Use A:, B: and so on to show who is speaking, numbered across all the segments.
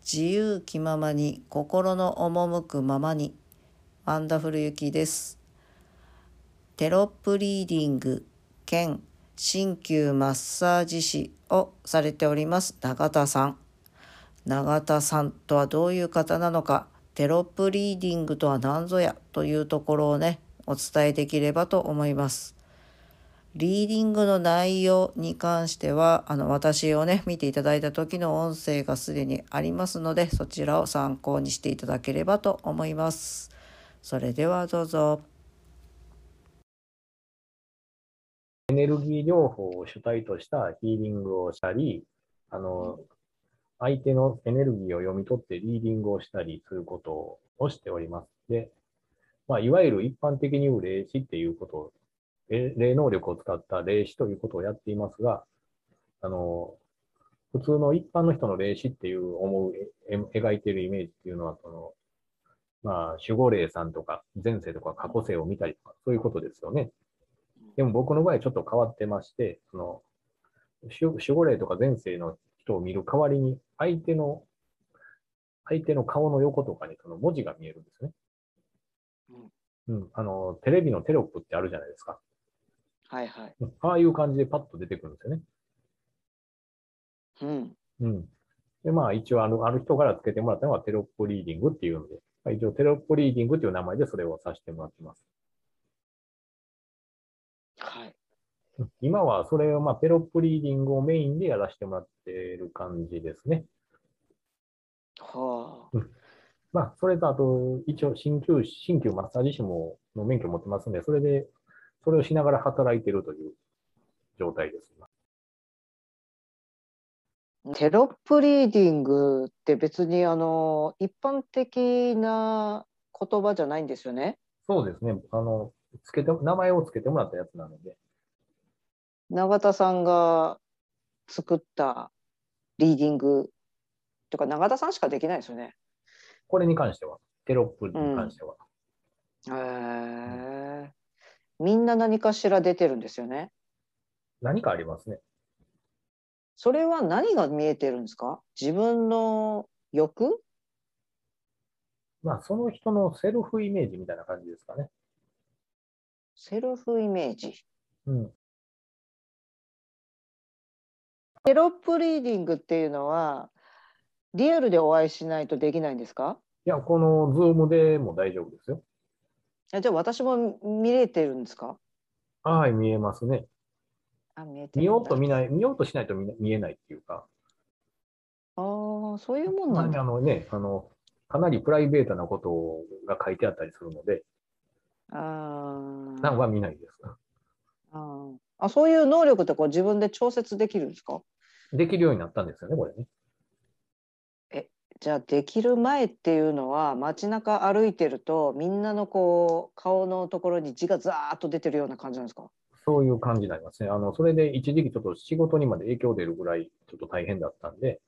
A: 自由気ままに心の赴くままにワンダフルゆきですテロップリーディング兼鍼灸マッサージ師をされております永田さん永田さんとはどういう方なのかテロップリーディングとは何ぞやというところをねお伝えできればと思いますリーディングの内容に関してはあの私をね見ていただいた時の音声がすでにありますのでそちらを参考にしていただければと思いますそれではどうぞ
B: エネルギー療法を主体としたヒーリングをしたり、あの、相手のエネルギーを読み取ってリーディングをしたりすることをしております。で、まあ、いわゆる一般的に言う霊視っていうことを、え霊能力を使った霊視ということをやっていますが、あの、普通の一般の人の霊視っていう思う、え描いているイメージっていうのは、その、まあ、守護霊さんとか、前世とか過去世を見たりとか、そういうことですよね。でも僕の場合ちょっと変わってまして、その守守護霊とか前世の人を見る代わりに、相手の、相手の顔の横とかにその文字が見えるんですね。うん、あの、テレビのテロップってあるじゃないですか。
A: はいはい
B: うんああいう感じでパッと出てくるんですよね。
A: うん
B: うん。で、まあ一応あの、ある人からつけてもらったのがテロップリーディングっていうので、まあ、一応テロップリーディングっていう名前でそれをさせてもらってます。
A: はい
B: 今はそれを、まあ、テロップリーディングをメインでやらせてもらってる感じですね。
A: は
B: まあ、それとあと、一応、鍼灸師、鍼灸マッサージ師も、の免許持ってますんで、それで、それをしながら働いてるという状態です。
A: テロップリーディングって別にあの一般的な言葉じゃないんですよね。
B: そうですね。あの、つけて、名前をつけてもらったやつなので、
A: 永田さんが作ったリーディングとか永田さんしかできないですよね。
B: これに関しては、テロップに関しては、
A: へえみんな何かしら出てるんですよね。
B: 何かありますね。
A: それは何が見えてるんですか自分の欲
B: まあ、その人のセルフイメージみたいな感じですかね。
A: セルフイメージ
B: うん。
A: テロップリーディングっていうのはリアルでお会いしないとできないんですか
B: いや、このズームでも大丈夫ですよ。
A: あじゃあ私も見れてるんですか
B: はい、見えますね。
A: あ見えてるんだ
B: 見ようと見ない、見ようとしないと見見えないっていうか、
A: あーそういうもん
B: ま
A: な
B: あ
A: ん
B: ね
A: だ。
B: あのね、あの、かなりプライベートなことが書いてあったりするので、
A: あー
B: なんは見ないです。
A: あーあそういう能力ってこう自分で調節できるんですか
B: できるようになったんですよね、これね。
A: じゃあできる前っていうのは街中歩いてるとみんなのこう顔のところに字がザーッと出てるような感じなんですか
B: そういう感じになりますね。あの、それで一時期ちょっと仕事にまで影響出るぐらいちょっと大変だったんで、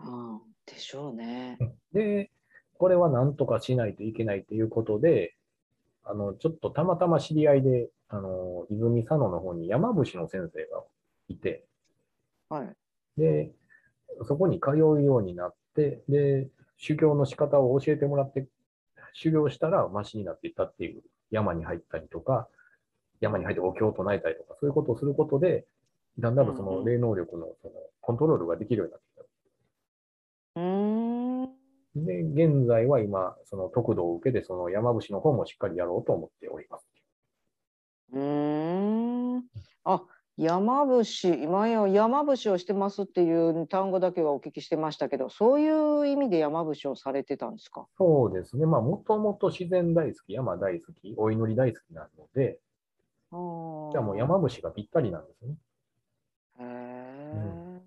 A: うんでしょうね。
B: で、これはなんとかしないといけないということで、あの、ちょっとたまたま知り合いで、あの、泉佐野の方に山伏の先生がいて、
A: はい。
B: で、そこに通うようになって、で、修行の仕方を教えてもらって、修行したらマシになっていったっていう、山に入ったりとか、山に入ってお経を唱えたりとか、そういうことをすることで、だんだんそ
A: うんう
B: の
A: ん
B: 霊能力のそのコントロールができるようになってきた。
A: うーん。
B: で、現在は今、その得度を受けて、その山伏の方もしっかりやろうと思っております。
A: うーん。あ、山伏、今や山伏をしてますっていう単語だけはお聞きしてましたけど、そういう意味で山伏をされてたんですか。
B: そうですね。まあ、もともと自然大好き、山大好き、お祈り大好きなので、
A: あー
B: じゃあもう。山伏がぴったりなんですね。
A: へー
B: う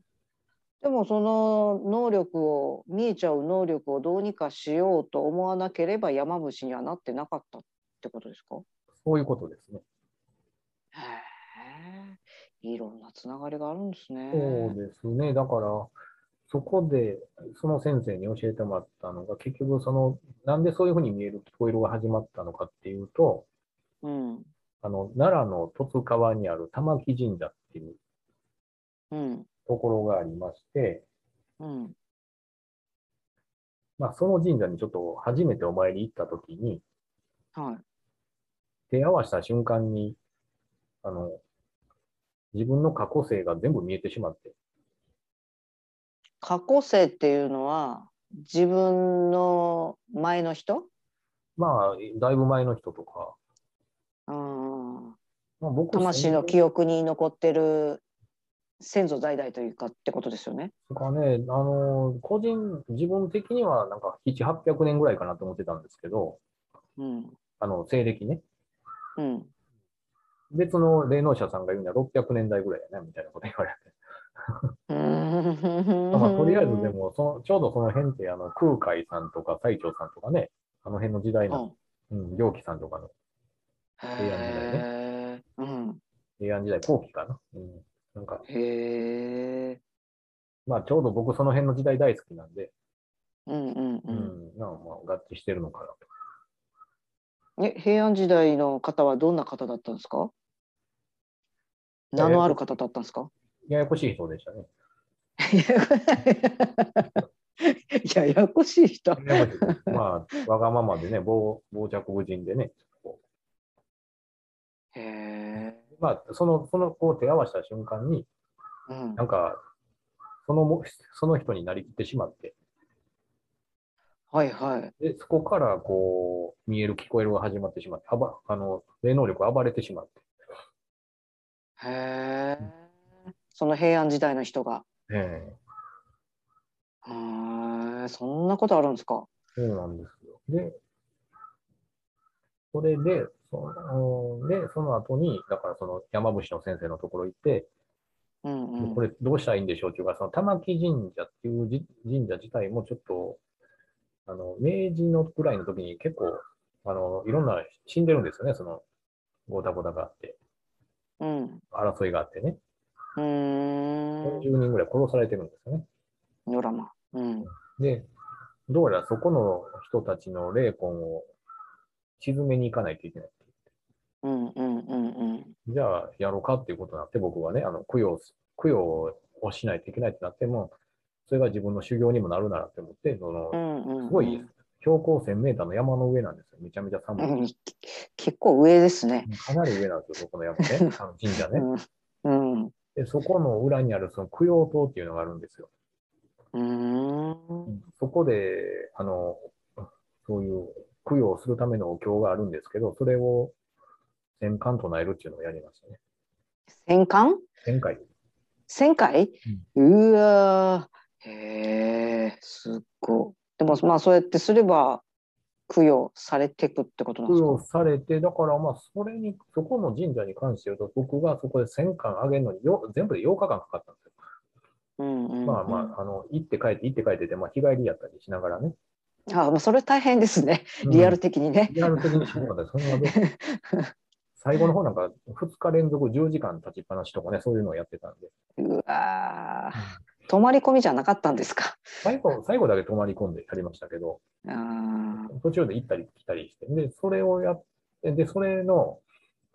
A: でもその能力を見えちゃう能力をどうにかしようと思わなければ山伏にはなってなかったってことですか。
B: そういうことですね。
A: へえ。いろんなつながりがあるんですね。
B: そうですね。だから、そこで、その先生に教えてもらったのが、結局、その、なんでそういうふうに見える聞こえるが始まったのかっていうと、
A: うん。
B: あの、奈良の十津川にある玉木神社っていう
A: うん。
B: ところがありまして、
A: うん。
B: まあ、その神社にちょっと初めてお参り行った時に、
A: はい。
B: 手合わせた瞬間に、あの、自分の過去性が全部見えてしまって、
A: 過去世っていうのは自分の前の人
B: まあ、だいぶ前の人とか、
A: うん
B: まあ、僕
A: 魂の
B: 記
A: 記憶に残ってる先祖代々というかってことですよね。
B: 憶がね、あの、個人、自分的にはなんか7、800年ぐらいかなと思ってたんですけど、
A: うん
B: あの、西暦ね。
A: うん、
B: 別の霊能者さんが言うには600年代ぐらいやね、みたいなこと言われて。まあ、とりあえずでもその、ちょうどその辺って、あの、空海さんとか最澄さんとかね、あの辺の時代
A: う
B: の、
A: ん
B: うん、行基さんとかの
A: へえ、うん、
B: 平安時代後期かな。うん。なんか、
A: へえ、
B: まあ、ちょうど僕その辺の時代大好きなんで、
A: うんうん
B: う
A: うん
B: ん、なんかまあ合致してるのかなと。
A: え平安時代の方はどんな方だったんですか名のある方だったんですか
B: ややこしい人でしたね。
A: いやややこしい人。
B: ややこしい人まあ、わがままでね、傍傍着無人でね、こ
A: へえ、
B: うまあ、その、その、こう手合わせた瞬間に、
A: うん
B: な、んか、そのも、その人になりきってしまって、
A: はいはい。
B: で、そこから、こう、見える、聞こえるが始まってしまって、暴あの、霊能力が暴れてしまって。
A: へえ、その平安時代の人が。
B: ええ
A: へえ、そんなことあるんですか。
B: そうなんですよ。で、それで、その、で、その後に、だからその山伏の先生のところ行って、
A: うんうん。
B: これどうしたらいいんでしょうっていうか、その玉木神社っていうじ神社自体もちょっと、あの、明治のくらいの時に結構、あの、いろんな死んでるんですよね、その、ごたごたがあって、
A: うん。
B: 争いがあってね、
A: うーん。
B: 40人ぐらい殺されてるんですよね。
A: ドラマ。うん。
B: で、どうやらそこの人たちの霊魂を沈めに行かないといけない。
A: うんうんうんうん。
B: じゃあ、やろうかっていうことになって、僕はね、あの、供養す、供養をしないといけないってなっても、それが自分の修行にもなるならって思って、その
A: う、んうんうん。
B: すごい標高1000メーターの山の上なんですよ。めちゃめちゃ寒
A: う
B: い。
A: ん。結構上ですね。
B: かなり上なんですよ、そこの山 ね。あの神社ね。
A: うん。う
B: で、そこの裏にあるその供養塔っていうのがあるんですよ。
A: ーん。
B: そこで、あの、そういう供養をするためのお経があるんですけど、それを1000巻唱えるっていうのをやりましたね。
A: 戦艦
B: 1000回。
A: 戦回うわーへえ、すっごい。でもまあそうやってすれば供養されてくってことなん
B: 供
A: ですか
B: 養されて、だからまあ、それに、そこの神社に関して言うと、僕がそこで1000巻あげるのによ、全部で8日間かかったんですよ。
A: うんうんうん。
B: まあまあ、あの、行って帰って、行って帰ってて、まあ、日帰りやったりしながらね。
A: あ。まあそれ大変ですね。リアル的にね。
B: リアル的にしながら、そんなで最後の方なんか、2日連続10時間立ちっぱなしとかね、そういうのをやってたんで。
A: うわー泊まり込みじゃなかったんですか。
B: 最後、最後だけ泊まり込んでやりましたけど、
A: あー
B: 途中で行ったり来たりして、で、それをやって、で、それの、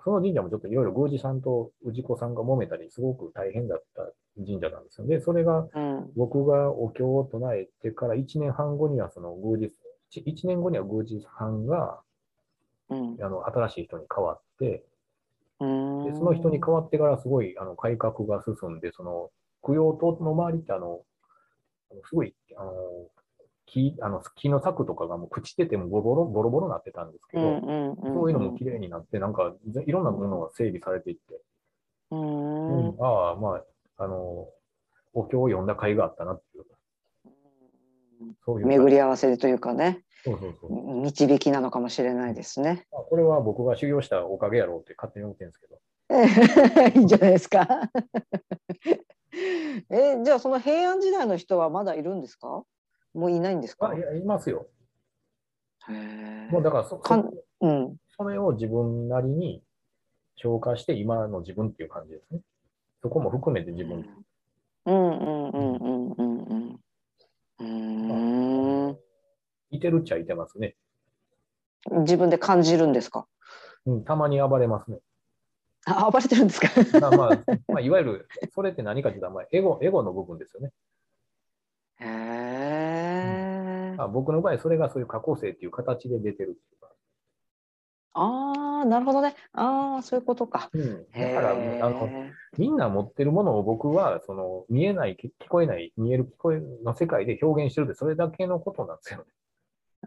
B: その神社もちょっといろいろ宮司さんと氏子さんが揉めたり、すごく大変だった神社なんですよ。で、それが、
A: うん
B: 僕がお経を唱えてから1年半後には、その宮司、1年後には宮司さんが、
A: うん。
B: あの、新しい人に変わって、で
A: そ
B: その人に変わってからすごいあの改革が進んで、その供養塔の周りってあの、あのすごいあの木あの木の柵とかがもう朽ちててもボロボロボロボロなってたんですけど、そういうのも綺麗になって、なんかぜいろんなものが整備されていって、う
A: う
B: ん
A: うん
B: んああ、まあ、あの、お経を読んだ甲斐があったなっていう、そういう。
A: 巡り合わせというかね
B: そうそうそう。
A: 導きなのかもしれないですね。
B: まあ、これは僕が修行したおかげやろうって勝手に思ってるんですけど、
A: いいんじゃないですか。えじゃあその平安時代の人はまだいるんですかもういないんですか
B: あいやいますよ。
A: へえ
B: もうだからそ、
A: かん
B: そ
A: うん、
B: それを自分なりに消化して今の自分っていう感じですね。そこも含めて自分。
A: うんうんうんうんうんうんうんう
B: いてるっちゃいてますね。
A: ーん自分で感じるんですか
B: うん、たまに暴れますね。
A: あ暴れてるんですか
B: まあ まあ、まあ、いわゆる、それって何かって言ったら、まあエゴ、エゴの部分ですよね。
A: へえ、ね。
B: あ僕の場合、それがそういう過去性っていう形で出てるっていうか。
A: ああ、なるほどね。ああ、そういうことか。
B: うん、
A: へ
B: だから、
A: え。
B: あの、みんな持ってるものを僕は、その、見えない、聞聞こえない、見える、聞こえるの世界で表現してるって、それだけのことなんですよね。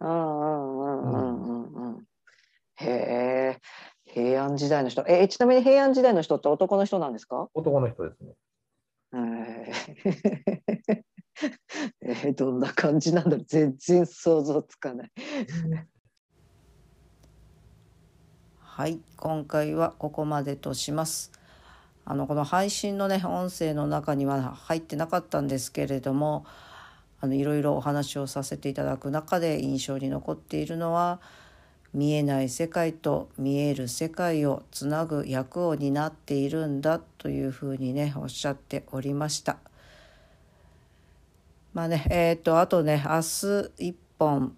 A: うんうんうんうんうんうん。へえ。平安時代の人。え、ちなみに平安時代の人って男の人なんですか
B: 男の人ですね。
A: えー えーどんな感じなんだろう全然想像つかない。
C: はい、今回はここまでとします。あのこの配信のね音声の中には入ってなかったんですけれどもあのいろいろお話をさせていただく中で印象に残っているのは見えない世界と見える世界をつなぐ役を担っているんだというふうにねおっしゃっておりました。まあねえー、とあとね明日一本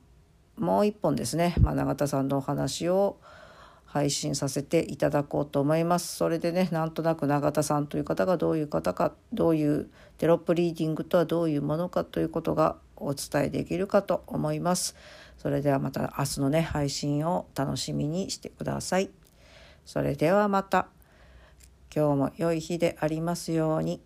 C: もう一本ですね、まあ、永田さんのお話を配信させていただこうと思います。それでね、なんとなく永田さんという方がどういう方か、どういうテロップリーディングとはどういうものかということがお伝えできるかと思います。それではまた明日のね、配信を楽しみにしてください。それではまた。今日も良い日でありますように。